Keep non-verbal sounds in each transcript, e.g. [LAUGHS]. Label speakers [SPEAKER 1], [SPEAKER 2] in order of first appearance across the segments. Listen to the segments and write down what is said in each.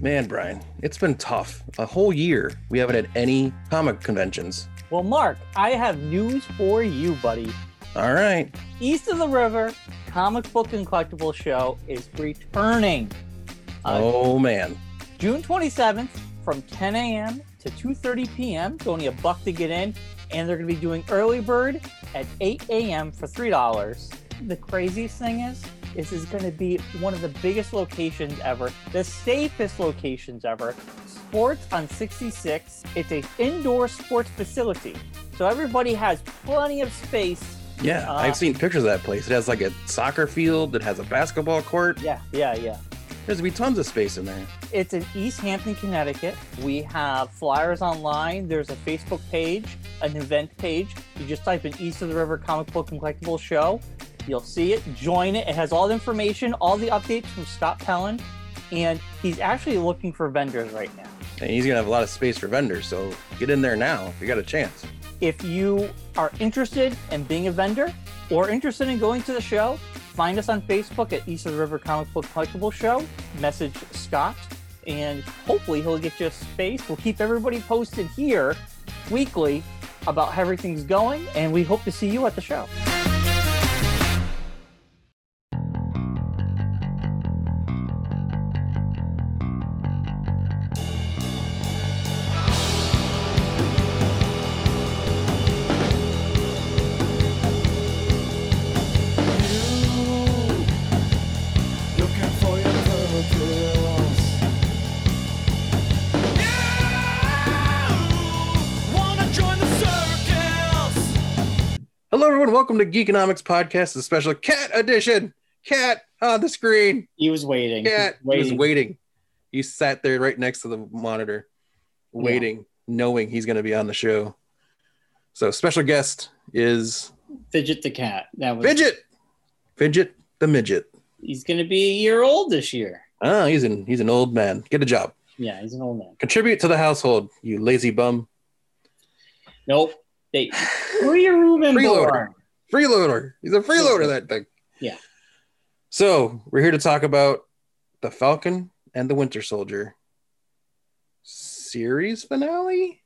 [SPEAKER 1] Man, Brian, it's been tough. A whole year we haven't had any comic conventions.
[SPEAKER 2] Well, Mark, I have news for you, buddy.
[SPEAKER 1] All right.
[SPEAKER 2] East of the River Comic Book and Collectible Show is returning. Uh,
[SPEAKER 1] Oh, man.
[SPEAKER 2] June 27th from 10 a.m. to 2:30 p.m. It's only a buck to get in, and they're going to be doing early bird at 8 a.m. for three dollars. The craziest thing is, this is going to be one of the biggest locations ever, the safest locations ever. Sports on 66. It's a indoor sports facility, so everybody has plenty of space
[SPEAKER 1] Yeah,
[SPEAKER 2] Uh,
[SPEAKER 1] I've seen pictures of that place. It has like a soccer field, it has a basketball court.
[SPEAKER 2] Yeah, yeah, yeah.
[SPEAKER 1] There's gonna be tons of space in there.
[SPEAKER 2] It's in East Hampton, Connecticut. We have flyers online. There's a Facebook page, an event page. You just type in East of the River Comic Book and Collectible Show. You'll see it. Join it. It has all the information, all the updates from Scott Pellin. And he's actually looking for vendors right now.
[SPEAKER 1] And he's gonna have a lot of space for vendors, so get in there now if you got a chance.
[SPEAKER 2] If you are interested in being a vendor or interested in going to the show, find us on Facebook at East of the River Comic Book Collectible Show. Message Scott, and hopefully he'll get you a space. We'll keep everybody posted here weekly about how everything's going, and we hope to see you at the show.
[SPEAKER 3] Looking for your purpose. You wanna join the circus?
[SPEAKER 1] Hello, everyone. Welcome to Geekonomics Podcast, the special cat edition. Cat on the screen.
[SPEAKER 2] He was waiting.
[SPEAKER 1] Cat He was waiting. He sat there right next to the monitor, waiting, knowing he's gonna be on the show. So, special guest is
[SPEAKER 2] Fidget the cat. That was.
[SPEAKER 1] Fidget. Fidget the midget.
[SPEAKER 2] He's going to be a year old this year.
[SPEAKER 1] Ah, he's an he's an old man. Get a job.
[SPEAKER 2] Yeah, he's an old man.
[SPEAKER 1] Contribute to the household, you lazy bum.
[SPEAKER 2] Nope. They free your room and
[SPEAKER 1] Freeloader.
[SPEAKER 2] board.
[SPEAKER 1] [LAUGHS] Freeloader. He's a freeloader, that thing.
[SPEAKER 2] Yeah.
[SPEAKER 1] So we're here to talk about the Falcon and the Winter Soldier series finale.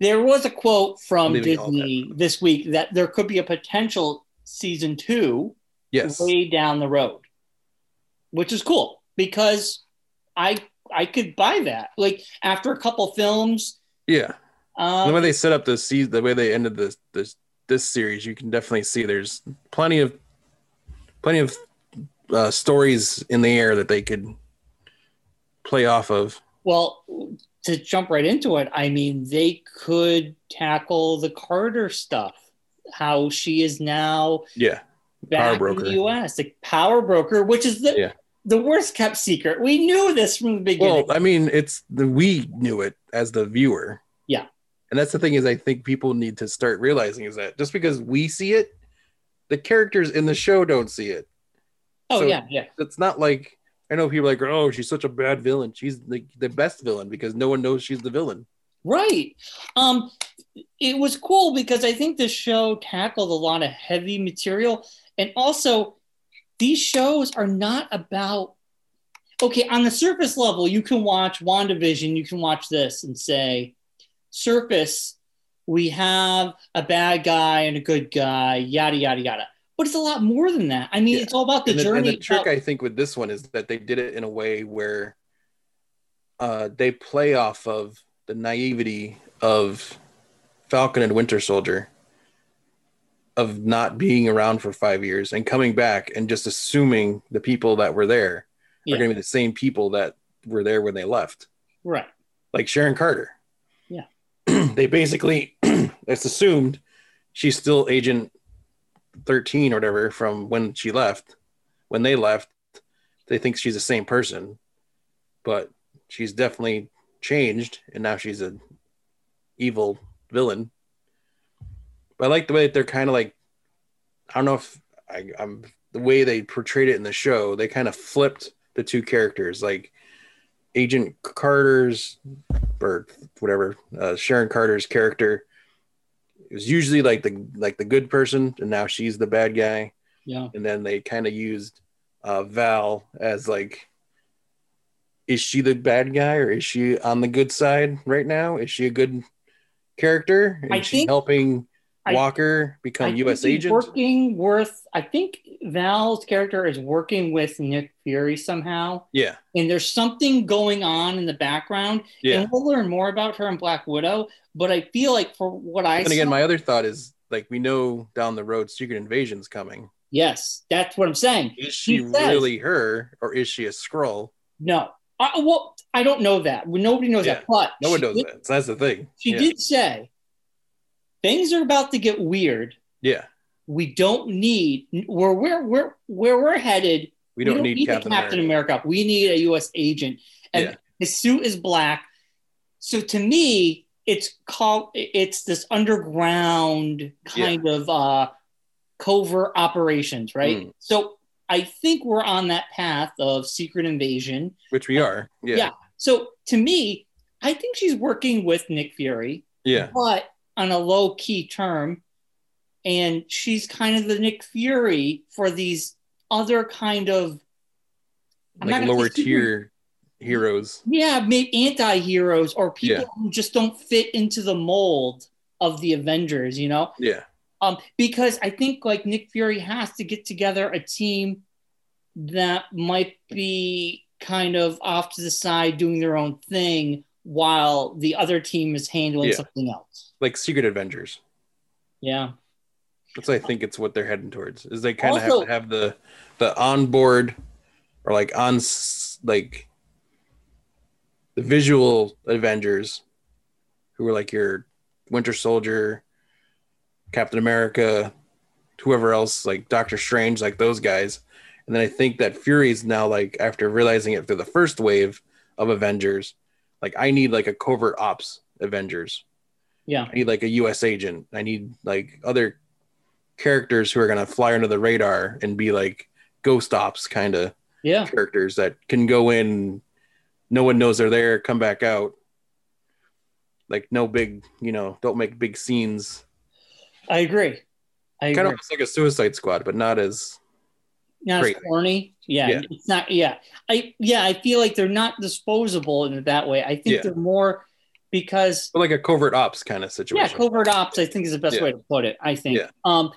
[SPEAKER 2] There was a quote from
[SPEAKER 1] Leaving all
[SPEAKER 2] Disney this week that there could be a potential season two
[SPEAKER 1] Yes.
[SPEAKER 2] way down the road, which is cool because I I could buy that. Like after a couple films,
[SPEAKER 1] Yeah. the way
[SPEAKER 2] um,
[SPEAKER 1] they set up the season, the way they ended this this this series, you can definitely see there's plenty of plenty of uh, stories in the air that they could play off of.
[SPEAKER 2] well, to jump right into it, I mean they could tackle the Carter stuff, how she is now
[SPEAKER 1] Yeah.
[SPEAKER 2] back
[SPEAKER 1] Power
[SPEAKER 2] in
[SPEAKER 1] broker.
[SPEAKER 2] the U.S. like power broker, which is the
[SPEAKER 1] Yeah.
[SPEAKER 2] the worst kept secret. We knew this from the
[SPEAKER 1] Well,
[SPEAKER 2] beginning.
[SPEAKER 1] I mean, it's the we knew it as the viewer.
[SPEAKER 2] Yeah.
[SPEAKER 1] And that's the thing is I think people need to start realizing is that just because we see it, the characters in the show don't see it.
[SPEAKER 2] oh
[SPEAKER 1] so-
[SPEAKER 2] yeah, yeah.
[SPEAKER 1] It's not like I know people are like, oh, she's such a bad villain. She's the, the best villain because no one knows she's the villain.
[SPEAKER 2] Right. Um, it was cool because I think this show tackled a lot of heavy material. And also, these shows are not about, okay, on the surface level, you can watch WandaVision, you can watch this and say, surface, we have a bad guy and a good guy, yada, yada, yada. But it's a lot more than that. I mean,
[SPEAKER 1] Yeah.
[SPEAKER 2] it's all about the
[SPEAKER 1] and, the,
[SPEAKER 2] journey.
[SPEAKER 1] and the trick
[SPEAKER 2] about-
[SPEAKER 1] I think with this one is that they did it in a way where uh, they play off of the naivety of Falcon and Winter Soldier of not being around for five years and coming back and just assuming the people that were there
[SPEAKER 2] Yeah.
[SPEAKER 1] are going to be the same people that were there when they left,
[SPEAKER 2] right.
[SPEAKER 1] like Sharon Carter.
[SPEAKER 2] Yeah.
[SPEAKER 1] [CLEARS THROAT] they basically [CLEARS THROAT] it's assumed she's still Agent 13 or whatever from when she left when they left they think she's the same person but she's definitely changed and now she's an evil villain but i like the way that they're kind of like i don't know if I, i'm the way they portrayed it in the show they kind of flipped the two characters like agent carter's or whatever uh, sharon carter's character is usually like the like the good person and now she's the bad guy
[SPEAKER 2] Yeah.
[SPEAKER 1] and then they kind of used uh, Val as like is she the bad guy or is she on the good side right now? Is she a good character? Is
[SPEAKER 2] I
[SPEAKER 1] she
[SPEAKER 2] think-
[SPEAKER 1] helping
[SPEAKER 2] I-
[SPEAKER 1] Walker
[SPEAKER 2] I
[SPEAKER 1] become
[SPEAKER 2] think
[SPEAKER 1] U.S.
[SPEAKER 2] he's
[SPEAKER 1] agent?
[SPEAKER 2] Working with, I think Val's character is working with Nick Fury somehow,
[SPEAKER 1] yeah,
[SPEAKER 2] and there's something going on in the background.
[SPEAKER 1] yeah.
[SPEAKER 2] And we'll learn more about her in Black Widow. But I feel like for what I
[SPEAKER 1] And again,
[SPEAKER 2] saw-
[SPEAKER 1] my other thought is like we know down the road Secret Invasion's coming.
[SPEAKER 2] yes, that's what I'm saying.
[SPEAKER 1] Is she
[SPEAKER 2] He says-
[SPEAKER 1] really her or is she a scroll?
[SPEAKER 2] No, I, well, I don't know that. Well, Nobody knows
[SPEAKER 1] Yeah.
[SPEAKER 2] that. But
[SPEAKER 1] No one
[SPEAKER 2] she
[SPEAKER 1] knows
[SPEAKER 2] did-
[SPEAKER 1] that. So that's the thing.
[SPEAKER 2] She
[SPEAKER 1] yeah.
[SPEAKER 2] did say things are about to get weird.
[SPEAKER 1] Yeah.
[SPEAKER 2] We don't need where we're where where we're headed.
[SPEAKER 1] We don't, need,
[SPEAKER 2] a
[SPEAKER 1] Captain, America.
[SPEAKER 2] America. We need a U.S. agent, and
[SPEAKER 1] Yeah.
[SPEAKER 2] his suit is black. So to me, it's called it's this underground kind of uh, covert operations, right?
[SPEAKER 1] Mm.
[SPEAKER 2] So I think we're on that path of secret invasion.
[SPEAKER 1] Which we are. Yeah.
[SPEAKER 2] Yeah. So to me, I think she's working with Nick Fury,
[SPEAKER 1] Yeah.
[SPEAKER 2] but on a low key term, and she's kind of the Nick Fury for these other kind of I'm not
[SPEAKER 1] Like
[SPEAKER 2] gonna say
[SPEAKER 1] lower
[SPEAKER 2] super-
[SPEAKER 1] tier heroes.
[SPEAKER 2] yeah, maybe anti-heroes or people
[SPEAKER 1] Yeah.
[SPEAKER 2] who just don't fit into the mold of the Avengers, you know?
[SPEAKER 1] Yeah.
[SPEAKER 2] Um, because I think like Nick Fury has to get together a team that might be kind of off to the side doing their own thing while the other team is handling
[SPEAKER 1] Yeah.
[SPEAKER 2] something else.
[SPEAKER 1] Like Secret Avengers.
[SPEAKER 2] Yeah.
[SPEAKER 1] That's I think it's what they're heading towards. Is they kind of have
[SPEAKER 2] Also-
[SPEAKER 1] to have the the onboard or like on s- like the visual Avengers who were like your Winter Soldier, Captain America, whoever else like Doctor Strange, like those guys. And then I think that Fury's now like after realizing it through the first wave of Avengers, like I need like a covert ops Avengers.
[SPEAKER 2] Yeah.
[SPEAKER 1] I need like a U.S. agent. I need like other characters who are gonna fly under the radar and be like ghost ops kind of
[SPEAKER 2] Yeah.
[SPEAKER 1] characters that can go in, no one knows they're there, come back out. Like no big, you know, don't make big scenes.
[SPEAKER 2] I agree. I agree.
[SPEAKER 1] Kind of almost like a Suicide Squad, but not as
[SPEAKER 2] not as
[SPEAKER 1] Great.
[SPEAKER 2] corny. Yeah,
[SPEAKER 1] Yeah.
[SPEAKER 2] it's not. Yeah, I yeah, I feel like they're not disposable in that way. I think
[SPEAKER 1] Yeah.
[SPEAKER 2] they're more because
[SPEAKER 1] but like a covert ops kind of
[SPEAKER 2] yeah,
[SPEAKER 1] situation.
[SPEAKER 2] covert ops. I think is the best
[SPEAKER 1] Yeah.
[SPEAKER 2] way to put it. I think.
[SPEAKER 1] Yeah.
[SPEAKER 2] Um,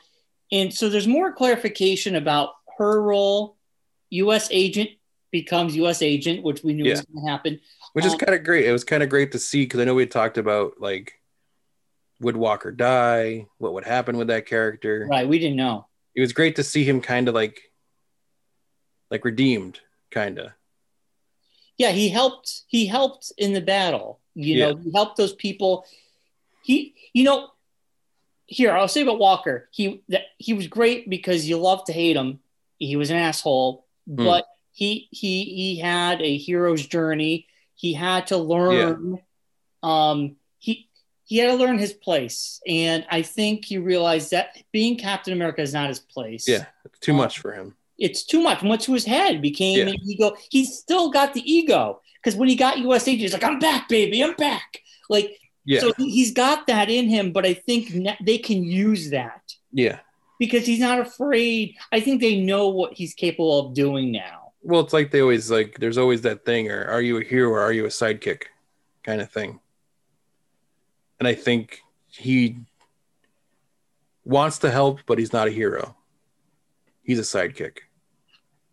[SPEAKER 2] and so there's more clarification about her role. U.S. agent becomes U.S. agent, which we knew was going to happen.
[SPEAKER 1] which is
[SPEAKER 2] Um,
[SPEAKER 1] kind of great. It was kind of great to see because I know we had talked about like would Walker die? What would happen with that character?
[SPEAKER 2] Right, we didn't know.
[SPEAKER 1] it was great to see him kind of like like redeemed kind of
[SPEAKER 2] yeah he helped he helped in the battle you know he helped those people he you know here i'll say about walker he that he was great because you love to hate him he was an asshole but he he he had a hero's journey he had to learn um he he had to learn his place and i think he realized that being captain america is not his place
[SPEAKER 1] Yeah. too
[SPEAKER 2] Um,
[SPEAKER 1] much for him
[SPEAKER 2] it's too much. Went to his head, became
[SPEAKER 1] Yeah.
[SPEAKER 2] an ego. He's still got the ego because when he got US agent, he's like, I'm back, baby, I'm back. Like,
[SPEAKER 1] yeah
[SPEAKER 2] so he- he's got that in him, but I think ne- they can use that
[SPEAKER 1] yeah
[SPEAKER 2] because he's not afraid. I think they know what he's capable of doing now.
[SPEAKER 1] well it's like they always like there's always that thing or are you a hero or are you a sidekick kind of thing and i think he wants to help but he's not a hero he's a sidekick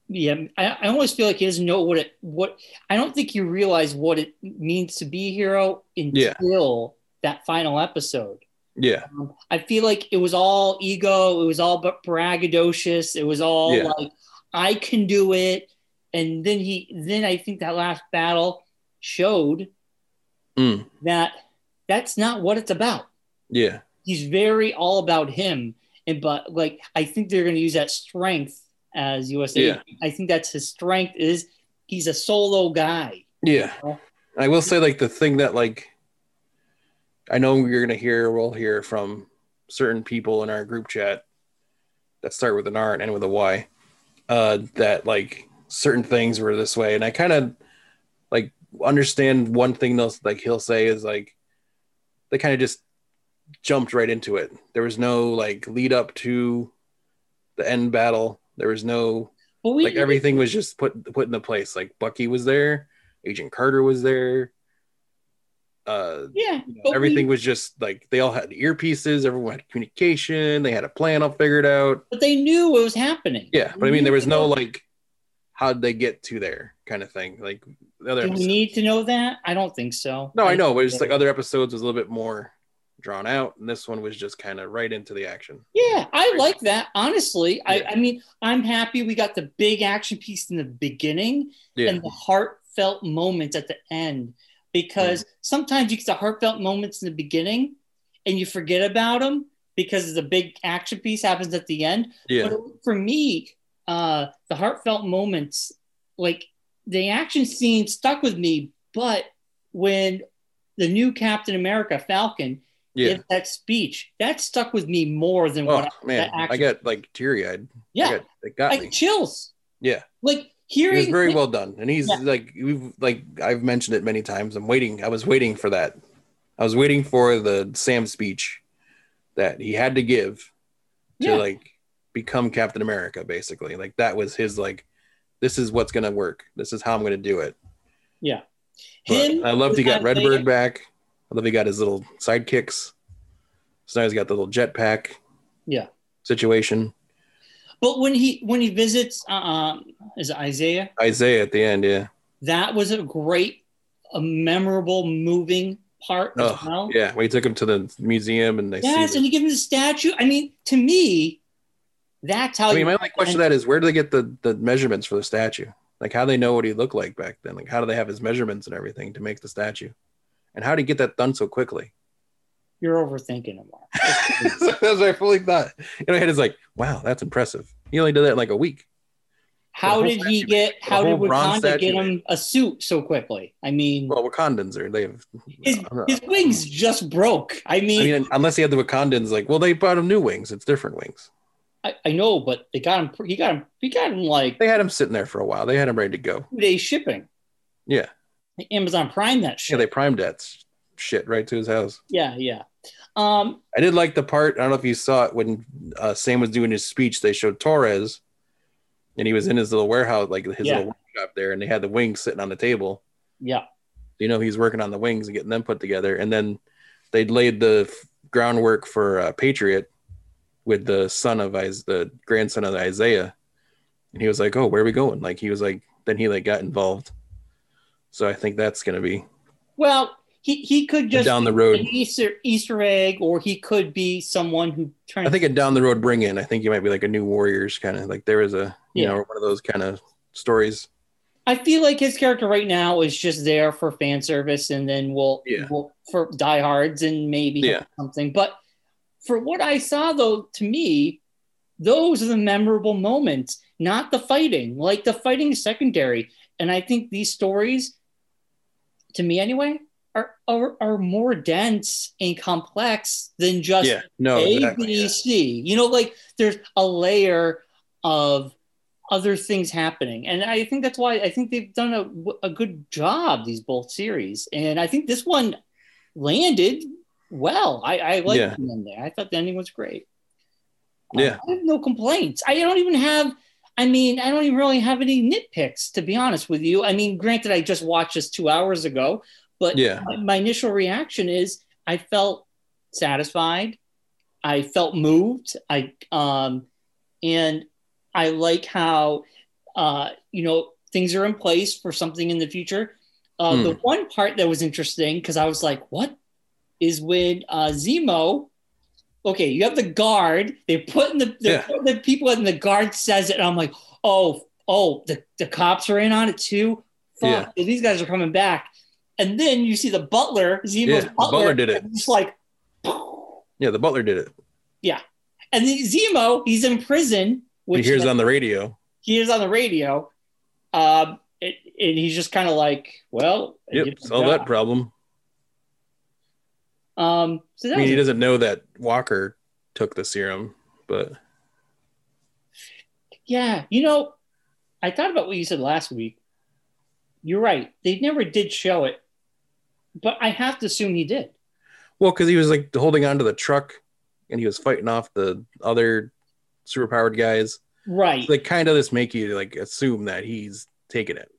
[SPEAKER 2] Yeah, I, I almost feel like he doesn't know what it what I don't think you realize what it means to be a hero
[SPEAKER 1] Yeah.
[SPEAKER 2] until that final episode.
[SPEAKER 1] yeah
[SPEAKER 2] Um, I feel like it was all ego. It was all b- braggadocious. It was all
[SPEAKER 1] Yeah.
[SPEAKER 2] like, I can do it. And then he, then I think that last battle showed
[SPEAKER 1] Mm.
[SPEAKER 2] that that's not what it's about.
[SPEAKER 1] yeah
[SPEAKER 2] He's very all about him. And, but like, I think they're going to use that strength as USA.
[SPEAKER 1] Yeah.
[SPEAKER 2] I think that's his strength is he's a solo guy.
[SPEAKER 1] Yeah.
[SPEAKER 2] know?
[SPEAKER 1] I will say like the thing that like I know you're gonna hear we'll hear from certain people in our group chat that start with an R and end with a Y, uh, that like certain things were this way. And I kind of like understand one thing they'll like he'll say is like they kind of just jumped right into it. There was no like lead up to the end battle. There was no
[SPEAKER 2] But we,
[SPEAKER 1] like everything was just put put into place. Like Bucky was there, Agent Carter was there. Uh,
[SPEAKER 2] Yeah.
[SPEAKER 1] you know,
[SPEAKER 2] but we-
[SPEAKER 1] everything was just like they all had earpieces. Everyone had communication. They had a plan all figured out.
[SPEAKER 2] but they knew what was happening.
[SPEAKER 1] Yeah, but I mean,
[SPEAKER 2] We
[SPEAKER 1] there was
[SPEAKER 2] need
[SPEAKER 1] no
[SPEAKER 2] to know-
[SPEAKER 1] like, how'd they get to there kind of thing. Like the other
[SPEAKER 2] Do we
[SPEAKER 1] episodes.
[SPEAKER 2] need to know that? I don't think so.
[SPEAKER 1] No, I know, but it's like other episodes was a little bit more drawn out, and this one was just kind of right into the action.
[SPEAKER 2] Yeah, I like that. Honestly, I,
[SPEAKER 1] Yeah.
[SPEAKER 2] I mean, I'm happy we got the big action piece in the beginning.
[SPEAKER 1] Yeah,
[SPEAKER 2] and the heartfelt moments at the end because
[SPEAKER 1] Mm-hmm.
[SPEAKER 2] sometimes you get the heartfelt moments in the beginning and you forget about them because the big action piece happens at the end
[SPEAKER 1] yeah,
[SPEAKER 2] but for me uh the heartfelt moments like the action scene stuck with me but when the new captain america falcon
[SPEAKER 1] yeah.
[SPEAKER 2] gives that speech that stuck with me more than
[SPEAKER 1] Oh
[SPEAKER 2] what
[SPEAKER 1] man,
[SPEAKER 2] that
[SPEAKER 1] I
[SPEAKER 2] action-
[SPEAKER 1] got like teary eyed.
[SPEAKER 2] yeah
[SPEAKER 1] I got, it got
[SPEAKER 2] i
[SPEAKER 1] me.
[SPEAKER 2] got chills
[SPEAKER 1] Yeah.
[SPEAKER 2] like
[SPEAKER 1] It
[SPEAKER 2] hearing
[SPEAKER 1] was very well done, and he's
[SPEAKER 2] Yeah.
[SPEAKER 1] like we've like I've mentioned it many times. I'm waiting. I was waiting for that. I was waiting for the Sam speech that he had to give to
[SPEAKER 2] Yeah.
[SPEAKER 1] like become Captain America. Basically, like that was his like. This is what's gonna work. This is how I'm gonna do it. But
[SPEAKER 2] him
[SPEAKER 1] I loved he got
[SPEAKER 2] without
[SPEAKER 1] Redbird
[SPEAKER 2] Vader-
[SPEAKER 1] back. I love he got his little sidekicks. So now he's got the little jetpack.
[SPEAKER 2] Yeah.
[SPEAKER 1] Situation.
[SPEAKER 2] But when he when he visits uh, um, is it Isaiah,
[SPEAKER 1] Isaiah at the end, yeah.
[SPEAKER 2] that was a great, a memorable, moving part as
[SPEAKER 1] Oh,
[SPEAKER 2] well.
[SPEAKER 1] yeah. When he took him to the museum and they
[SPEAKER 2] yes,
[SPEAKER 1] see.
[SPEAKER 2] and
[SPEAKER 1] the-
[SPEAKER 2] he gives him the statue. I mean, to me, that's how.
[SPEAKER 1] I mean,
[SPEAKER 2] Oh, you-
[SPEAKER 1] my only question to that is where do they get the, the measurements for the statue? Like how do they know what he looked like back then? Like how do they have his measurements and everything to make the statue? And how did he get that done so quickly? [LAUGHS]
[SPEAKER 2] you're overthinking it, Mark.
[SPEAKER 1] That's what I fully thought. And I had is like, wow, that's impressive. He only did that in like a week.
[SPEAKER 2] How
[SPEAKER 1] whole
[SPEAKER 2] did he
[SPEAKER 1] statue-
[SPEAKER 2] get?
[SPEAKER 1] the
[SPEAKER 2] How did
[SPEAKER 1] whole bronze
[SPEAKER 2] Wakanda
[SPEAKER 1] statue
[SPEAKER 2] get him a suit so quickly? I mean,
[SPEAKER 1] Well, Wakandans are they have
[SPEAKER 2] his,
[SPEAKER 1] I don't know.
[SPEAKER 2] his wings just broke. I mean,
[SPEAKER 1] I
[SPEAKER 2] I,
[SPEAKER 1] mean, unless he had the Wakandans, like, well, they brought him new wings. It's different wings.
[SPEAKER 2] I, know, but they got him. pr- He got him. He got him like
[SPEAKER 1] They had him sitting there for a while. They had him ready to go.
[SPEAKER 2] two day shipping.
[SPEAKER 1] Yeah.
[SPEAKER 2] Amazon Prime that shit.
[SPEAKER 1] Yeah, they primed that s- shit right to his house.
[SPEAKER 2] Yeah, yeah. Um,
[SPEAKER 1] I did like the part. I don't know if you saw it when uh, Sam was doing his speech. They showed Torres, and he was in his little warehouse, like his
[SPEAKER 2] Yeah.
[SPEAKER 1] little workshop there, and they had the wings sitting on the table.
[SPEAKER 2] yeah,
[SPEAKER 1] You know, he's working on the wings and getting them put together. And then they laid the f- groundwork for uh, Patriot with the son of Is- the grandson of Isaiah. And he was like, "Oh, where are we going?" Like he was like, then he like got involved. So I think that's gonna be
[SPEAKER 2] Well, he he could just
[SPEAKER 1] down the
[SPEAKER 2] be
[SPEAKER 1] road.
[SPEAKER 2] an Easter Easter egg, or he could be someone who turns.
[SPEAKER 1] I think a down the road bring in. I think you might be like a new Warriors kind of like there is a you
[SPEAKER 2] Yeah.
[SPEAKER 1] know one of those kind of stories.
[SPEAKER 2] I feel like his character right now is just there for fan service, and then we'll,
[SPEAKER 1] Yeah.
[SPEAKER 2] we'll for diehards and maybe
[SPEAKER 1] Yeah.
[SPEAKER 2] something. But for what I saw, though, to me, those are the memorable moments, not the fighting. Like the fighting is secondary, and I think these stories, to me anyway, are are, are more dense and complex than just
[SPEAKER 1] yeah, no,
[SPEAKER 2] A, B, C.
[SPEAKER 1] Oh, exactly, yeah.
[SPEAKER 2] You know, like there's a layer of other things happening. And I think that's why I think they've done a, a good job, these both series. And I think this one landed well. I, I like
[SPEAKER 1] Yeah.
[SPEAKER 2] the end there. I thought the ending was great.
[SPEAKER 1] Yeah.
[SPEAKER 2] I have no complaints. I don't even have, I mean, I don't even really have any nitpicks, to be honest with you. I mean, granted, I just watched this two hours ago, but
[SPEAKER 1] yeah,
[SPEAKER 2] my, my initial reaction is I felt satisfied. I felt moved. I um, and I like how uh, you know things are in place for something in the future. Uh, The
[SPEAKER 1] Hmm.
[SPEAKER 2] one part that was interesting because I was like, "What is when uh, Zemo?" Okay, you have the guard. They put in the they're
[SPEAKER 1] Yeah.
[SPEAKER 2] putting the people in the guard says it, and I'm like, "Oh, oh, the, the cops are in on it too." Fuck, these guys are coming back. And then you see the butler, Zemo's
[SPEAKER 1] Yeah, the
[SPEAKER 2] butler,
[SPEAKER 1] butler did it.
[SPEAKER 2] and It's like, [LAUGHS]
[SPEAKER 1] yeah. The butler did it.
[SPEAKER 2] and then Zemo, he's in prison,
[SPEAKER 1] He
[SPEAKER 2] which
[SPEAKER 1] hears on the radio.
[SPEAKER 2] he is on the radio. Um, and, and he's just kind of like, well, I
[SPEAKER 1] Yep,
[SPEAKER 2] did my
[SPEAKER 1] solve that
[SPEAKER 2] job.
[SPEAKER 1] problem.
[SPEAKER 2] Um, so that
[SPEAKER 1] I mean,
[SPEAKER 2] was-
[SPEAKER 1] he doesn't know that Walker took the serum, but
[SPEAKER 2] yeah, you know, I thought about what you said last week. You're right. They never did show it, but I have to assume he did.
[SPEAKER 1] well, because he was like holding onto the truck and he was fighting off the other superpowered guys.
[SPEAKER 2] Right.
[SPEAKER 1] Like, kind of this make you like assume that he's taking it.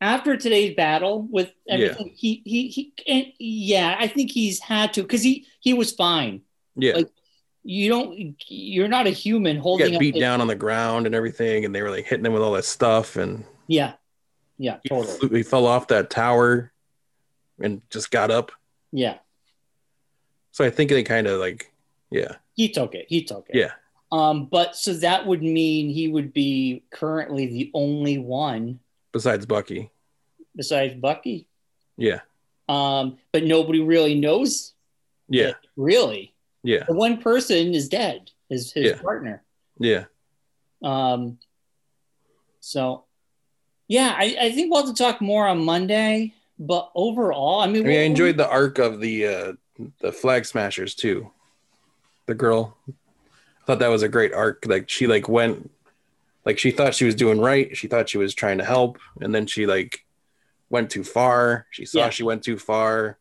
[SPEAKER 2] after today's battle with everything, he he he, and yeah, I think he's had to because he he was fine.
[SPEAKER 1] Yeah.
[SPEAKER 2] Like, You don't, you're not a human
[SPEAKER 1] he
[SPEAKER 2] holding
[SPEAKER 1] got beat
[SPEAKER 2] up.
[SPEAKER 1] down on the ground and everything, and they were like hitting him with all that stuff, and
[SPEAKER 2] Yeah, yeah,
[SPEAKER 1] he,
[SPEAKER 2] totally.
[SPEAKER 1] flew- he fell off that tower and just got up.
[SPEAKER 2] Yeah,
[SPEAKER 1] So I think they kind of like, yeah,
[SPEAKER 2] he took it. He took it.
[SPEAKER 1] yeah,
[SPEAKER 2] Um, but so that would mean he would be currently the only one
[SPEAKER 1] besides Bucky,
[SPEAKER 2] besides Bucky.
[SPEAKER 1] yeah,
[SPEAKER 2] Um, but nobody really knows
[SPEAKER 1] yeah,
[SPEAKER 2] really.
[SPEAKER 1] yeah,
[SPEAKER 2] The one person is dead, is his
[SPEAKER 1] Yeah.
[SPEAKER 2] partner.
[SPEAKER 1] yeah,
[SPEAKER 2] Um, so yeah, I, I think we'll have to talk more on Monday. But overall, I mean,
[SPEAKER 1] I mean, I enjoyed the arc of the uh, the flag smashers too. The girl, I thought that was a great arc. Like she like went, like she thought she was doing right. She thought she was trying to help, and then she like went too far. She saw
[SPEAKER 2] Yeah.
[SPEAKER 1] she went too far.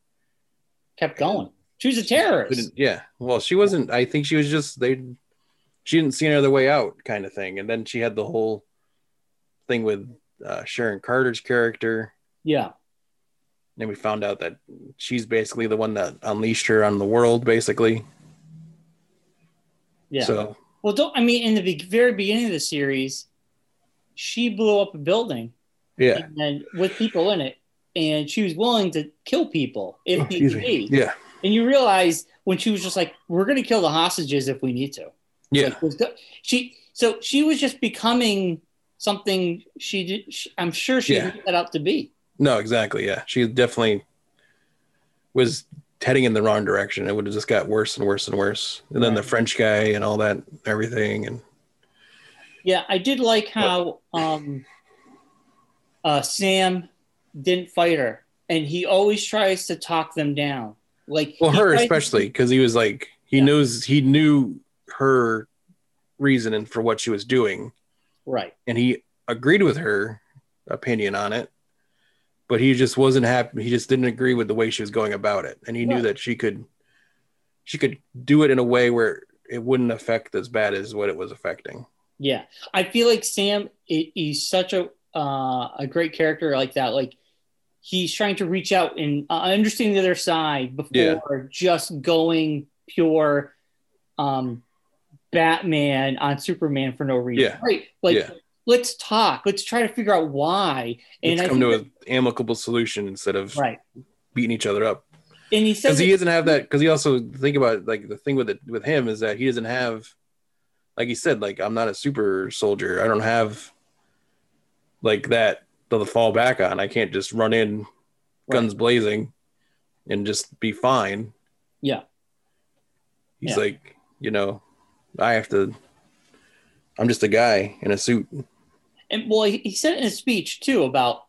[SPEAKER 2] kept going. She was a terrorist.
[SPEAKER 1] Couldn't- yeah. Well, she wasn't. I think she was just they. She didn't see another way out, kind of thing. And then she had the whole thing with uh, Sharon Carter's character.
[SPEAKER 2] Yeah,
[SPEAKER 1] And we found out that she's basically the one that unleashed her on the world, basically.
[SPEAKER 2] yeah.
[SPEAKER 1] So
[SPEAKER 2] well, don't I mean, in the be- very beginning of the series, she blew up a building.
[SPEAKER 1] yeah.
[SPEAKER 2] and with people in it, and she was willing to kill people
[SPEAKER 1] Oh,
[SPEAKER 2] if need
[SPEAKER 1] excuse
[SPEAKER 2] be.
[SPEAKER 1] me. Yeah.
[SPEAKER 2] And you realize when she was just like, "We're going to kill the hostages if we need to."
[SPEAKER 1] Yeah.
[SPEAKER 2] Like, was the- she so she was just becoming something she did. She, I'm sure she
[SPEAKER 1] Yeah.
[SPEAKER 2] didn't set out to be.
[SPEAKER 1] no, exactly. Yeah. She definitely was heading in the wrong direction. It would have just got worse and worse and worse. And then the
[SPEAKER 2] Right.
[SPEAKER 1] French guy and all that, everything. And
[SPEAKER 2] Yeah, I did like how um, uh, Sam didn't fight her, and he always tries to talk them down. Like
[SPEAKER 1] Well,
[SPEAKER 2] he
[SPEAKER 1] her
[SPEAKER 2] tries to-
[SPEAKER 1] especially because he was like he
[SPEAKER 2] Yeah.
[SPEAKER 1] knows he knew her reasoning for what she was doing,
[SPEAKER 2] right?
[SPEAKER 1] and he agreed with her opinion on it, but he just wasn't happy. He just didn't agree with the way she was going about it, and he
[SPEAKER 2] Right.
[SPEAKER 1] knew that she could she could do it in a way where it wouldn't affect as bad as what it was affecting.
[SPEAKER 2] Yeah, I feel like Sam i- he's such a uh, a great character like that. Like he's trying to reach out and uh, understand the other side before
[SPEAKER 1] Yeah.
[SPEAKER 2] just going pure um, Batman on Superman for no reason.
[SPEAKER 1] Yeah.
[SPEAKER 2] Right? Like
[SPEAKER 1] Yeah.
[SPEAKER 2] let's talk. Let's try to figure out why. And
[SPEAKER 1] Let's
[SPEAKER 2] I
[SPEAKER 1] come to
[SPEAKER 2] think
[SPEAKER 1] an amicable solution instead of
[SPEAKER 2] that- right.
[SPEAKER 1] beating each other up.
[SPEAKER 2] And he
[SPEAKER 1] because
[SPEAKER 2] says
[SPEAKER 1] he
[SPEAKER 2] it-
[SPEAKER 1] doesn't have that. Because he also think about it, like the thing with it with him is that he doesn't have, like he said, like I'm not a super soldier. I don't have like that to fall back on. I can't just run in, guns blazing, and just be fine.
[SPEAKER 2] Yeah.
[SPEAKER 1] He's
[SPEAKER 2] Yeah.
[SPEAKER 1] like, you know, I have to. I'm just a guy in a suit.
[SPEAKER 2] and well he, he said in his speech too about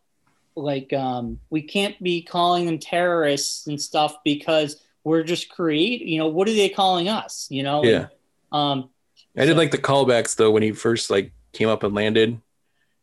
[SPEAKER 2] like um we can't be calling them terrorists and stuff because we're just create you know what are they calling us you know
[SPEAKER 1] Yeah.
[SPEAKER 2] um
[SPEAKER 1] I did
[SPEAKER 2] So-
[SPEAKER 1] like the callbacks though when he first like came up and landed,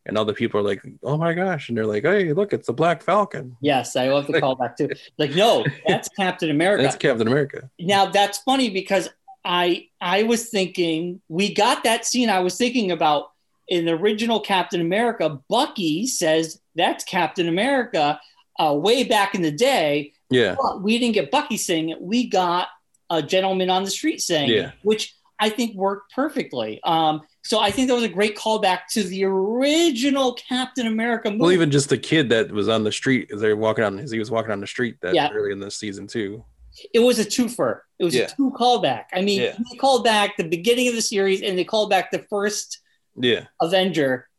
[SPEAKER 1] and all the people are like, "Oh my gosh!" and they're like, "Hey, look, it's the Black Falcon.
[SPEAKER 2] yes i love the callback too like no that's captain america
[SPEAKER 1] That's Captain America."
[SPEAKER 2] now that's funny because i i was thinking we got that scene i was thinking about in the original captain america bucky says that's captain america uh, way back in the day
[SPEAKER 1] Yeah,
[SPEAKER 2] But we didn't get Bucky saying it. We got a gentleman on the street saying
[SPEAKER 1] Yeah.
[SPEAKER 2] it, which I think worked perfectly. Um, so I think that was a great callback to the original Captain America movie.
[SPEAKER 1] well, even just the kid that was on the street as they were walking on, as he was walking on the street that
[SPEAKER 2] Yeah.
[SPEAKER 1] early in the season too.
[SPEAKER 2] it was a twofer. It was
[SPEAKER 1] Yeah.
[SPEAKER 2] a two callback. I mean,
[SPEAKER 1] Yeah.
[SPEAKER 2] they called back the beginning of the series and they called back the first
[SPEAKER 1] Yeah,
[SPEAKER 2] Avenger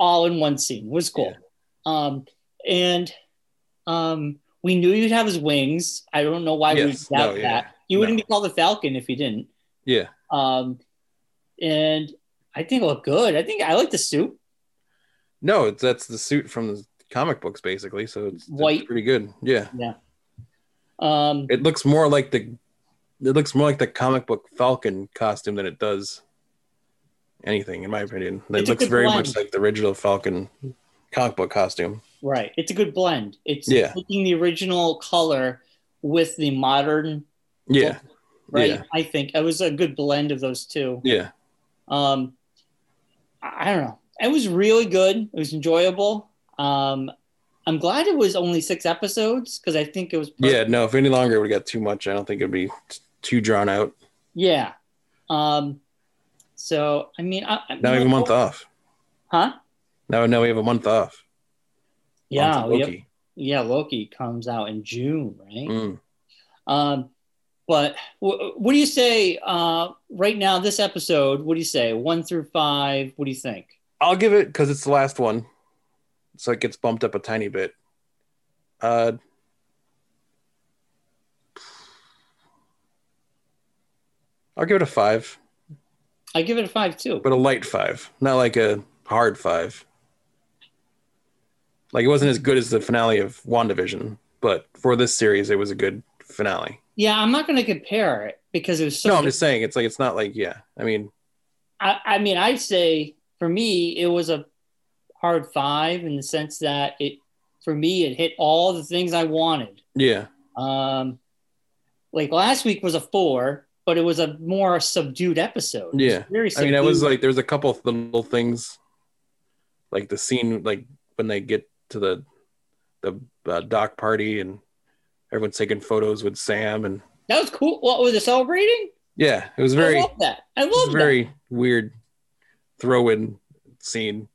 [SPEAKER 2] all in one scene. It was cool.
[SPEAKER 1] Yeah.
[SPEAKER 2] Um, and um, we knew you'd have his wings. I don't know why
[SPEAKER 1] Yes.
[SPEAKER 2] we
[SPEAKER 1] No,
[SPEAKER 2] doubt that.
[SPEAKER 1] yeah.
[SPEAKER 2] You wouldn't
[SPEAKER 1] No.
[SPEAKER 2] be called the Falcon if you didn't.
[SPEAKER 1] yeah.
[SPEAKER 2] Um, and I think it looked good. I think I like the suit.
[SPEAKER 1] No, it's, that's the suit from the comic books basically, so it's, it's
[SPEAKER 2] White.
[SPEAKER 1] pretty good. Yeah,
[SPEAKER 2] Um,
[SPEAKER 1] it looks more like the it looks more like the comic book Falcon costume than it does anything, in my opinion. It
[SPEAKER 2] It's a
[SPEAKER 1] looks
[SPEAKER 2] good
[SPEAKER 1] very
[SPEAKER 2] blend.
[SPEAKER 1] much like the original Falcon comic book costume.
[SPEAKER 2] right. It's a good blend. It's
[SPEAKER 1] Yeah.
[SPEAKER 2] taking the original color with the modern,
[SPEAKER 1] Yeah,
[SPEAKER 2] right?
[SPEAKER 1] Yeah.
[SPEAKER 2] I think it was a good blend of those two.
[SPEAKER 1] yeah,
[SPEAKER 2] Um, I I don't know. It was really good. It was enjoyable. Um, I'm glad it was only six episodes because I think it was.
[SPEAKER 1] Yeah, no, if any longer it would get too much. I don't think it'd be t- too drawn out.
[SPEAKER 2] Yeah. Um, so I mean, I, I-
[SPEAKER 1] Now we have a month off.
[SPEAKER 2] huh?
[SPEAKER 1] Now, now we have a month off.
[SPEAKER 2] Yeah,
[SPEAKER 1] Month of
[SPEAKER 2] we have-
[SPEAKER 1] Loki.
[SPEAKER 2] yeah. Loki comes out in June, right?
[SPEAKER 1] Mm.
[SPEAKER 2] Um, but wh- what do you say uh, right now? This episode, what do you say? One through five. What do you think?
[SPEAKER 1] I'll give it because it's the last one, so it gets bumped up a tiny bit. Uh, I'll give it a five,
[SPEAKER 2] I give it a five too.
[SPEAKER 1] but a light five, not like a hard five. Like it wasn't as good as the finale of Wandavision, but for this series, it was a good finale.
[SPEAKER 2] yeah, I'm not going to compare it because it was so.
[SPEAKER 1] No, I'm just saying it's like it's not like yeah. I mean,
[SPEAKER 2] I, I mean, I'd say for me, it was a hard five in the sense that it, for me, it hit all the things I wanted.
[SPEAKER 1] yeah,
[SPEAKER 2] Um, like last week was a four, but it was a more subdued episode. It was
[SPEAKER 1] Yeah.
[SPEAKER 2] very
[SPEAKER 1] I
[SPEAKER 2] subdued.
[SPEAKER 1] mean, I was like, there's a couple of little things, like the scene, like when they get to the the uh, dock party and everyone's taking photos with Sam, and
[SPEAKER 2] that was cool. What was it celebrating?
[SPEAKER 1] yeah, it was very,
[SPEAKER 2] I
[SPEAKER 1] it
[SPEAKER 2] love that. I
[SPEAKER 1] was
[SPEAKER 2] love
[SPEAKER 1] very weird throw-in scene,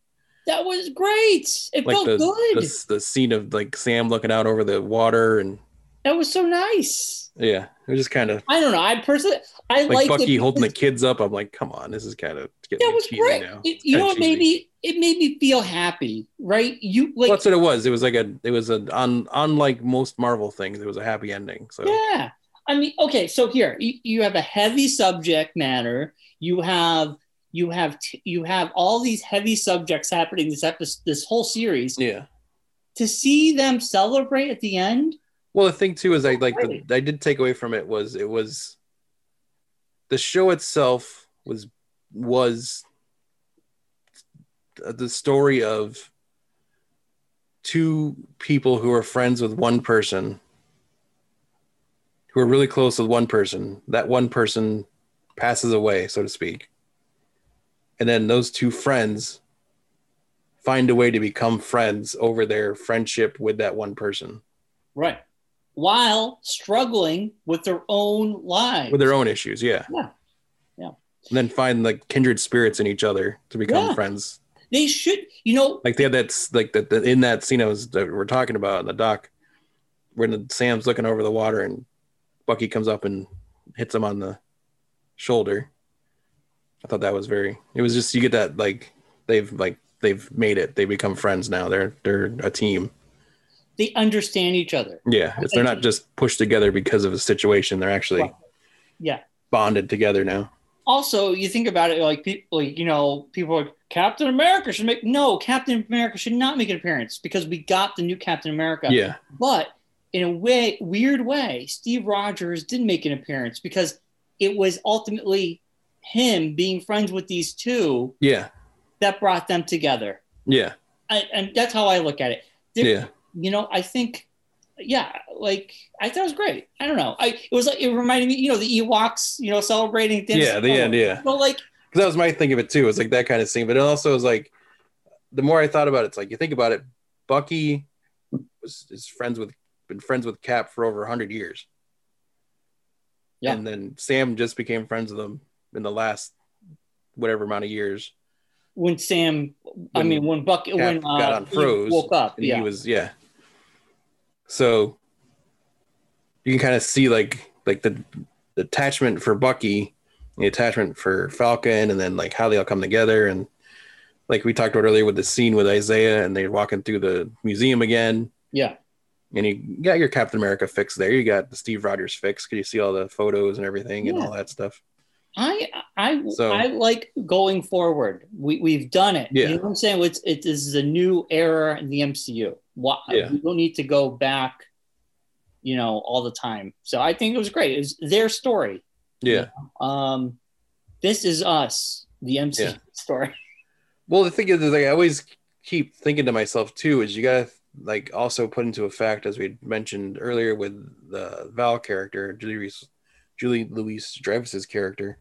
[SPEAKER 2] that. That was great. It
[SPEAKER 1] like
[SPEAKER 2] felt
[SPEAKER 1] the,
[SPEAKER 2] good.
[SPEAKER 1] the the scene of like Sam looking out over the water, and
[SPEAKER 2] that was so nice.
[SPEAKER 1] yeah, it was just kind of
[SPEAKER 2] I don't know. I personally, I
[SPEAKER 1] like
[SPEAKER 2] liked
[SPEAKER 1] Bucky
[SPEAKER 2] it
[SPEAKER 1] holding the
[SPEAKER 2] because-
[SPEAKER 1] kids up. I'm like, come on, this is kind of getting
[SPEAKER 2] That was
[SPEAKER 1] cheesy
[SPEAKER 2] great.
[SPEAKER 1] now.
[SPEAKER 2] It, you
[SPEAKER 1] Kinda
[SPEAKER 2] know, it made
[SPEAKER 1] cheesy.
[SPEAKER 2] me it made me feel happy, right? You like,
[SPEAKER 1] Well, that's what it was. It was like a it was an un, unlike most Marvel things, it was a happy ending. So
[SPEAKER 2] yeah. I mean, okay. So here, you, you have a heavy subject matter. You have you have t- you have all these heavy subjects happening this episode, this whole series.
[SPEAKER 1] yeah.
[SPEAKER 2] To see them celebrate at the end,
[SPEAKER 1] Well, the thing too is I like the,
[SPEAKER 2] Right.
[SPEAKER 1] I did take away from it was it was the show itself was was the story of two people who are friends with one person who are really close with one person that one person passes away so to speak and then those two friends find a way to become friends over their friendship with that one person
[SPEAKER 2] right? While struggling with their own lives,
[SPEAKER 1] with their own issues yeah
[SPEAKER 2] Yeah. Yeah.
[SPEAKER 1] and then find like kindred spirits in each other to become
[SPEAKER 2] Yeah.
[SPEAKER 1] friends
[SPEAKER 2] they should, you know,
[SPEAKER 1] like they had that s- like that that in that scene i was that we're talking about in the dock when the, sam's looking over the water and bucky comes up and hits him on the shoulder i thought that was very it was just you get that like they've like they've made it they become friends now they're they're a team
[SPEAKER 2] they understand each other.
[SPEAKER 1] yeah it's, they're not just pushed together because of a situation they're actually
[SPEAKER 2] Right. Yeah.
[SPEAKER 1] bonded together now
[SPEAKER 2] also you think about it like people like, you know people are like captain america should make no captain america should not make an appearance because we got the new captain america
[SPEAKER 1] yeah
[SPEAKER 2] but in a way weird way steve rogers did make an appearance because it was ultimately him being friends with these two
[SPEAKER 1] yeah
[SPEAKER 2] that brought them together
[SPEAKER 1] yeah
[SPEAKER 2] I, and that's how i look at it There-
[SPEAKER 1] yeah
[SPEAKER 2] you know i think yeah like i thought it was great i don't know i it was like it reminded me you know the ewoks you know celebrating at the end of
[SPEAKER 1] yeah the end yeah
[SPEAKER 2] but like
[SPEAKER 1] because that was my thing of it too. It's like that kind of scene, but it also was like the more I thought about it, it's like you think about it, Bucky was is friends with been friends with Cap for over hundred years.
[SPEAKER 2] Yeah.
[SPEAKER 1] And then Sam just became friends with them in the last whatever amount of years.
[SPEAKER 2] when Sam, I
[SPEAKER 1] When
[SPEAKER 2] mean, when Buck, when uh,
[SPEAKER 1] got on
[SPEAKER 2] Eve
[SPEAKER 1] Froze,
[SPEAKER 2] woke up,
[SPEAKER 1] And
[SPEAKER 2] yeah,
[SPEAKER 1] he was yeah. So you can kind of see like like the, the attachment for Bucky, the attachment for Falcon, and then like how they all come together and like we talked about earlier with the scene with Isaiah and they're walking through the museum again.
[SPEAKER 2] yeah,
[SPEAKER 1] And you got your Captain America fix there. You got the Steve Rogers fix because you see all the photos and everything and
[SPEAKER 2] Yeah.
[SPEAKER 1] all that stuff.
[SPEAKER 2] I, I,
[SPEAKER 1] So-
[SPEAKER 2] I like going forward. We we've done it.
[SPEAKER 1] Yeah.
[SPEAKER 2] You know what I'm saying? It's it, this is a new era in the MCU. Why,
[SPEAKER 1] Yeah.
[SPEAKER 2] We don't need to go back, you know, all the time. So I think it was great. It was their story.
[SPEAKER 1] Yeah.
[SPEAKER 2] Um, this is us, the MCU
[SPEAKER 1] Yeah.
[SPEAKER 2] story. [LAUGHS]
[SPEAKER 1] Well, the thing is, is like, I always keep thinking to myself too, is you gotta like also put into effect, as we mentioned earlier, with the Val character, Julie Reese, Julie Louise Dreyfus's character,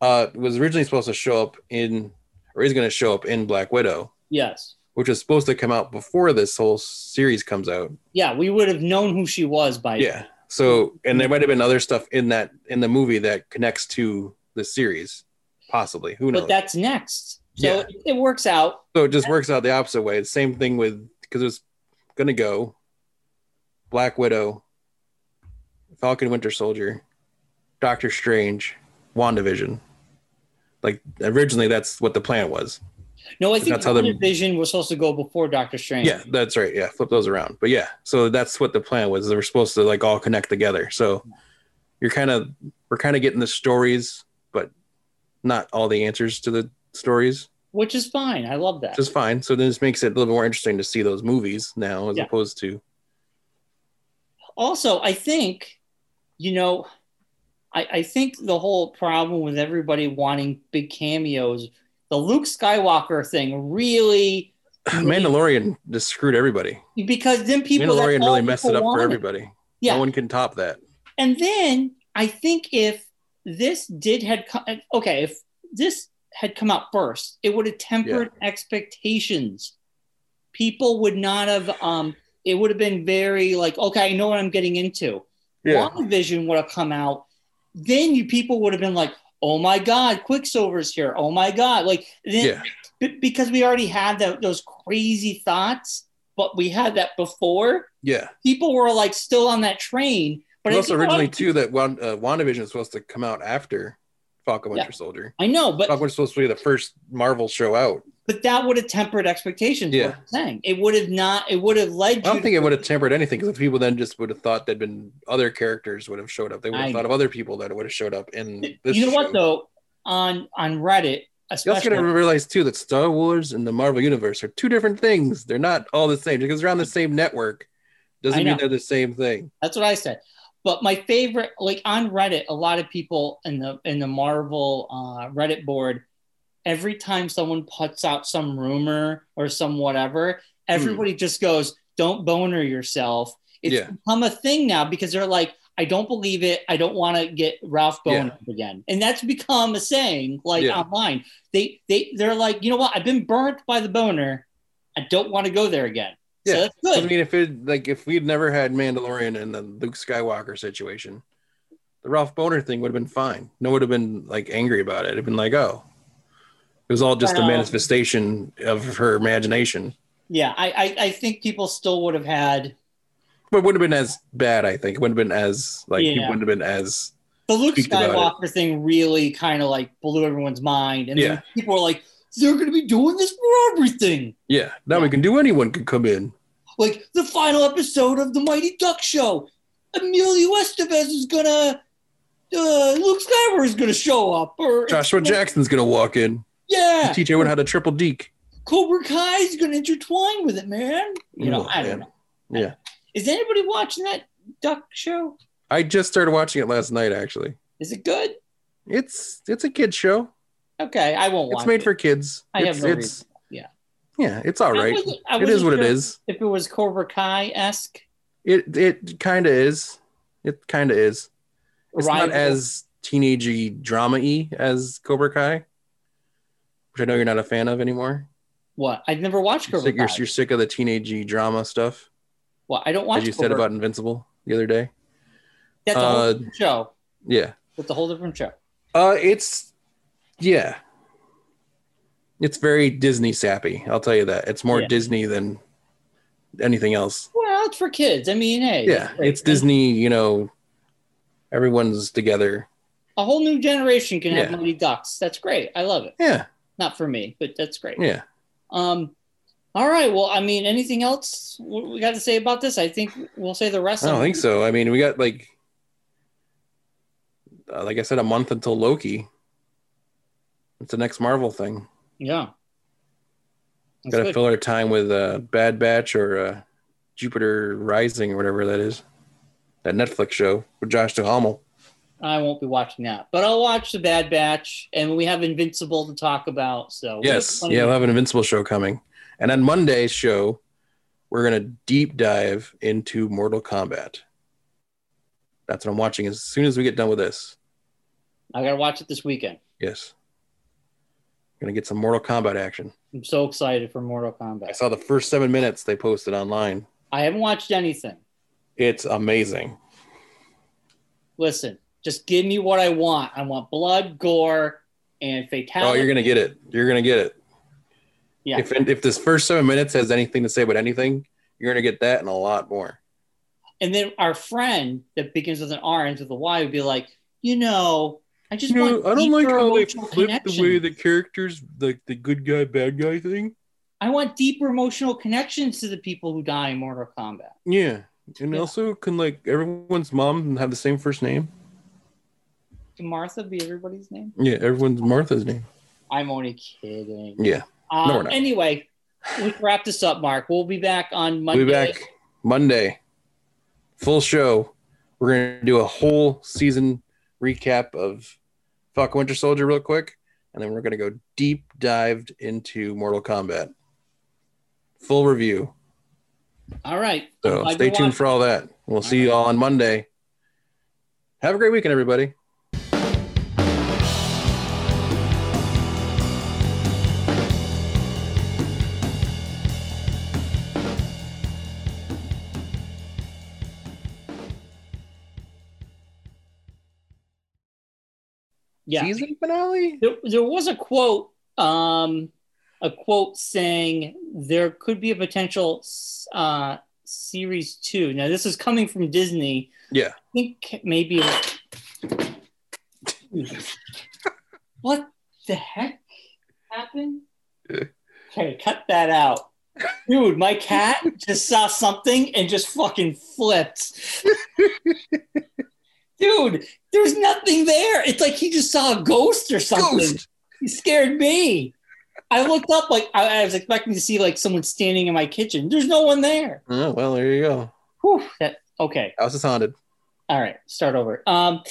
[SPEAKER 1] uh, was originally supposed to show up in, or is going to show up in Black Widow,
[SPEAKER 2] Yes.
[SPEAKER 1] which was supposed to come out before this whole series comes out.
[SPEAKER 2] Yeah, we would have known who she was by
[SPEAKER 1] Yeah. So, and there might have been other stuff in that in the movie that connects to the series, possibly. Who knows?
[SPEAKER 2] but that's next. So
[SPEAKER 1] Yeah.
[SPEAKER 2] it, it works out.
[SPEAKER 1] so it just works out the opposite way. The same thing with because it was gonna go Black Widow, Falcon Winter Soldier, Doctor Strange, WandaVision. Like originally, that's what the plan was.
[SPEAKER 2] No, I think
[SPEAKER 1] That's how the-
[SPEAKER 2] WandaVision was supposed to go before Doctor Strange.
[SPEAKER 1] Yeah, that's right. Yeah, flip those around. But yeah, so that's what the plan was. They were supposed to like all connect together. So you're kind of we're kind of getting the stories, but not all the answers to the stories,
[SPEAKER 2] Which is fine. I love that.
[SPEAKER 1] which is fine. So this makes it a little bit more interesting to see those movies now as
[SPEAKER 2] Yeah.
[SPEAKER 1] opposed to
[SPEAKER 2] also, I think, you know, I, I think the whole problem with everybody wanting big cameos, the Luke Skywalker thing really
[SPEAKER 1] Mandalorian just screwed everybody.
[SPEAKER 2] because then people that's
[SPEAKER 1] Mandalorian
[SPEAKER 2] all
[SPEAKER 1] really messed it
[SPEAKER 2] people
[SPEAKER 1] up for
[SPEAKER 2] wanted.
[SPEAKER 1] everybody.
[SPEAKER 2] Yeah.
[SPEAKER 1] No one can top that.
[SPEAKER 2] And then I think if this did had co- okay, if this had come out first, it would have tempered expectations. People would not have. Um, it would have been very like, okay, I know what I'm getting into. WandaVision would have come out, then you people would have been like, oh my god, Quicksilver's here. Oh my god, like then
[SPEAKER 1] Yeah.
[SPEAKER 2] b- because we already had that, those crazy thoughts, but we had that before.
[SPEAKER 1] Yeah.
[SPEAKER 2] People were like still on that train. But
[SPEAKER 1] But
[SPEAKER 2] I
[SPEAKER 1] also
[SPEAKER 2] think a lot
[SPEAKER 1] originally
[SPEAKER 2] of-
[SPEAKER 1] too that Wan- uh, WandaVision was supposed to come out after Falcon Winter Soldier.
[SPEAKER 2] I know, but
[SPEAKER 1] Falcon was supposed to be the first Marvel show out.
[SPEAKER 2] but that would have tempered expectations.
[SPEAKER 1] Yeah.
[SPEAKER 2] What I'm saying it would have not. It would have led.
[SPEAKER 1] I don't think it would have tempered anything because people then just would have thought there'd been other characters would have showed up. They would have
[SPEAKER 2] I-
[SPEAKER 1] thought of other people that would have showed up in this.
[SPEAKER 2] You know
[SPEAKER 1] show.
[SPEAKER 2] what though? On on Reddit,
[SPEAKER 1] You also
[SPEAKER 2] especially
[SPEAKER 1] gotta realize too that Star Wars and the Marvel Universe are two different things. They're not all the same because they're on the same network.
[SPEAKER 2] I
[SPEAKER 1] Doesn't mean
[SPEAKER 2] know.
[SPEAKER 1] they're the same thing.
[SPEAKER 2] That's what I said. But my favorite, like on Reddit, a lot of people in the in the Marvel uh, Reddit board, every time someone puts out some rumor or some whatever,
[SPEAKER 1] Hmm.
[SPEAKER 2] everybody just goes, "Don't boner yourself." It's
[SPEAKER 1] Yeah.
[SPEAKER 2] become a thing now because they're like, "I don't believe it. I don't want to get Ralph
[SPEAKER 1] Yeah.
[SPEAKER 2] boner again," and that's become a saying like
[SPEAKER 1] Yeah.
[SPEAKER 2] online. They they they're like, you know what? I've been burnt by the boner. I don't want to go there again.
[SPEAKER 1] Yeah.
[SPEAKER 2] So that's good.
[SPEAKER 1] I mean, if it like if we'd never had Mandalorian and the Luke Skywalker situation, the Ralph Boner thing would have been fine. No one would have been like angry about it. It'd have been like, oh, it was all just
[SPEAKER 2] But,
[SPEAKER 1] a
[SPEAKER 2] um,
[SPEAKER 1] manifestation of her imagination.
[SPEAKER 2] Yeah, I, I, I think people still would have had
[SPEAKER 1] but it wouldn't have been as bad. I think it wouldn't have been as like
[SPEAKER 2] Yeah.
[SPEAKER 1] it wouldn't have been as
[SPEAKER 2] the Luke
[SPEAKER 1] Speak about it.
[SPEAKER 2] Skywalker thing really kind of like blew everyone's mind, and
[SPEAKER 1] Yeah.
[SPEAKER 2] then people were like, "They're going to be doing this for everything."
[SPEAKER 1] yeah. Now we can do anyone could come in.
[SPEAKER 2] Like the final episode of the Mighty Duck Show, Emilio Estevez is gonna, uh, Luke Skywalker is gonna show up, or
[SPEAKER 1] Joshua Jackson's gonna walk in.
[SPEAKER 2] yeah,
[SPEAKER 1] Teach everyone how to triple deke.
[SPEAKER 2] Cobra Kai is gonna intertwine with it, man. You know,
[SPEAKER 1] Oh,
[SPEAKER 2] I don't
[SPEAKER 1] man.
[SPEAKER 2] know. Is anybody watching that Duck Show?
[SPEAKER 1] I just started watching it last night. Actually,
[SPEAKER 2] Is it good?
[SPEAKER 1] it's it's a kid show.
[SPEAKER 2] Okay, I won't watch.
[SPEAKER 1] It's made
[SPEAKER 2] it.
[SPEAKER 1] for kids.
[SPEAKER 2] I have
[SPEAKER 1] it's,
[SPEAKER 2] no
[SPEAKER 1] it's
[SPEAKER 2] reason.
[SPEAKER 1] yeah. It's all
[SPEAKER 2] I
[SPEAKER 1] right.
[SPEAKER 2] wasn't- I
[SPEAKER 1] It is
[SPEAKER 2] wasn't
[SPEAKER 1] what it
[SPEAKER 2] sure
[SPEAKER 1] is.
[SPEAKER 2] If it was Cobra Kai esque,
[SPEAKER 1] It it kind of is. It kind of is. It's not
[SPEAKER 2] Rival.
[SPEAKER 1] as teenagey drama-y as Cobra Kai, which I know you're not a fan of anymore.
[SPEAKER 2] What? I've never watched
[SPEAKER 1] You're
[SPEAKER 2] Cobra
[SPEAKER 1] sick, you're,
[SPEAKER 2] Kai.
[SPEAKER 1] you're sick of the teenagey drama stuff.
[SPEAKER 2] well, I don't
[SPEAKER 1] as
[SPEAKER 2] watch.
[SPEAKER 1] you
[SPEAKER 2] Cobra.
[SPEAKER 1] said about Invincible the other day.
[SPEAKER 2] that's a whole
[SPEAKER 1] uh,
[SPEAKER 2] different show.
[SPEAKER 1] Yeah.
[SPEAKER 2] That's a whole different show.
[SPEAKER 1] Uh, it's yeah. It's very Disney sappy. I'll tell you that. It's more
[SPEAKER 2] Yeah.
[SPEAKER 1] Disney than anything else.
[SPEAKER 2] Well, it's for kids. I mean, hey,
[SPEAKER 1] Yeah,
[SPEAKER 2] that's great.
[SPEAKER 1] it's Disney. You know, everyone's together.
[SPEAKER 2] A whole new generation can have
[SPEAKER 1] Yeah.
[SPEAKER 2] Mighty Ducks. That's great. I love it.
[SPEAKER 1] Yeah,
[SPEAKER 2] Not for me, but that's great.
[SPEAKER 1] yeah.
[SPEAKER 2] Um, all right. Well, I mean, anything else we we got to say about this? I think we'll say the rest.
[SPEAKER 1] I don't
[SPEAKER 2] on-
[SPEAKER 1] think so. I mean, we got like, uh, like I said, a month until Loki. It's the next Marvel thing.
[SPEAKER 2] Yeah. That's
[SPEAKER 1] Got to
[SPEAKER 2] good.
[SPEAKER 1] fill our time with uh, Bad Batch or uh, Jupiter Rising or whatever that is. That Netflix show with Josh Duhamel.
[SPEAKER 2] I won't be watching that, but I'll watch the Bad Batch, and we have Invincible to talk about. So we have
[SPEAKER 1] Yes.
[SPEAKER 2] plenty
[SPEAKER 1] Yeah,
[SPEAKER 2] of-
[SPEAKER 1] we'll have an Invincible show coming. And on Monday's show, we're going to deep dive into Mortal Kombat. That's what I'm watching as soon as we get done with this.
[SPEAKER 2] I gotta watch it this weekend.
[SPEAKER 1] Yes. Going to get some Mortal Kombat action.
[SPEAKER 2] I'm so excited for Mortal Kombat.
[SPEAKER 1] I saw the first seven minutes they posted online.
[SPEAKER 2] I haven't watched anything.
[SPEAKER 1] It's amazing.
[SPEAKER 2] Listen, just give me what I want. I want blood, gore, and
[SPEAKER 1] Oh,
[SPEAKER 2] fatality.
[SPEAKER 1] you're gonna get it. You're gonna get it.
[SPEAKER 2] Yeah.
[SPEAKER 1] If if this first seven minutes has anything to say about anything, you're gonna get that and a lot more.
[SPEAKER 2] and then our friend that begins with an R ends with a Y would be like, you know, I just want
[SPEAKER 1] I don't
[SPEAKER 2] deeper
[SPEAKER 1] like how they
[SPEAKER 2] emotional
[SPEAKER 1] flip the
[SPEAKER 2] connection.
[SPEAKER 1] way the characters, the the good guy bad guy thing.
[SPEAKER 2] I want deeper emotional connections to the people who die in Mortal Kombat.
[SPEAKER 1] Yeah, and
[SPEAKER 2] Yeah.
[SPEAKER 1] also can like everyone's mom have the same first name?
[SPEAKER 2] Can Martha be everybody's name?
[SPEAKER 1] Yeah, everyone's Martha's name.
[SPEAKER 2] I'm only kidding.
[SPEAKER 1] Yeah,
[SPEAKER 2] Um,
[SPEAKER 1] we're not.
[SPEAKER 2] Anyway, we wrap this up, Mark. We'll be back on Monday.
[SPEAKER 1] we'll be back Monday, full show. We're gonna do a whole season recap of Falcon Winter Soldier real quick, and then we're gonna go deep dived into Mortal Kombat. Full review.
[SPEAKER 2] All right.
[SPEAKER 1] So
[SPEAKER 2] Bye,
[SPEAKER 1] stay
[SPEAKER 2] everyone.
[SPEAKER 1] tuned for all that. We'll see you all on Monday. Have a great weekend, everybody.
[SPEAKER 2] Yeah.
[SPEAKER 1] Season finale.
[SPEAKER 2] There, there was a quote, um, a quote saying there could be a potential uh, series two. Now, this is coming from Disney.
[SPEAKER 1] Yeah.
[SPEAKER 2] I think maybe. it was- what the heck happened? Okay, cut that out. Dude, my cat just saw something and just fucking flipped. Dude, there's nothing there. It's like he just saw a ghost or something.
[SPEAKER 1] Ghost.
[SPEAKER 2] He scared me. I looked up like I, I was expecting to see like someone standing in my kitchen. There's no one there.
[SPEAKER 1] Oh well, there you go.
[SPEAKER 2] Whew, that okay.
[SPEAKER 1] House is haunted.
[SPEAKER 2] All right, start over. Um,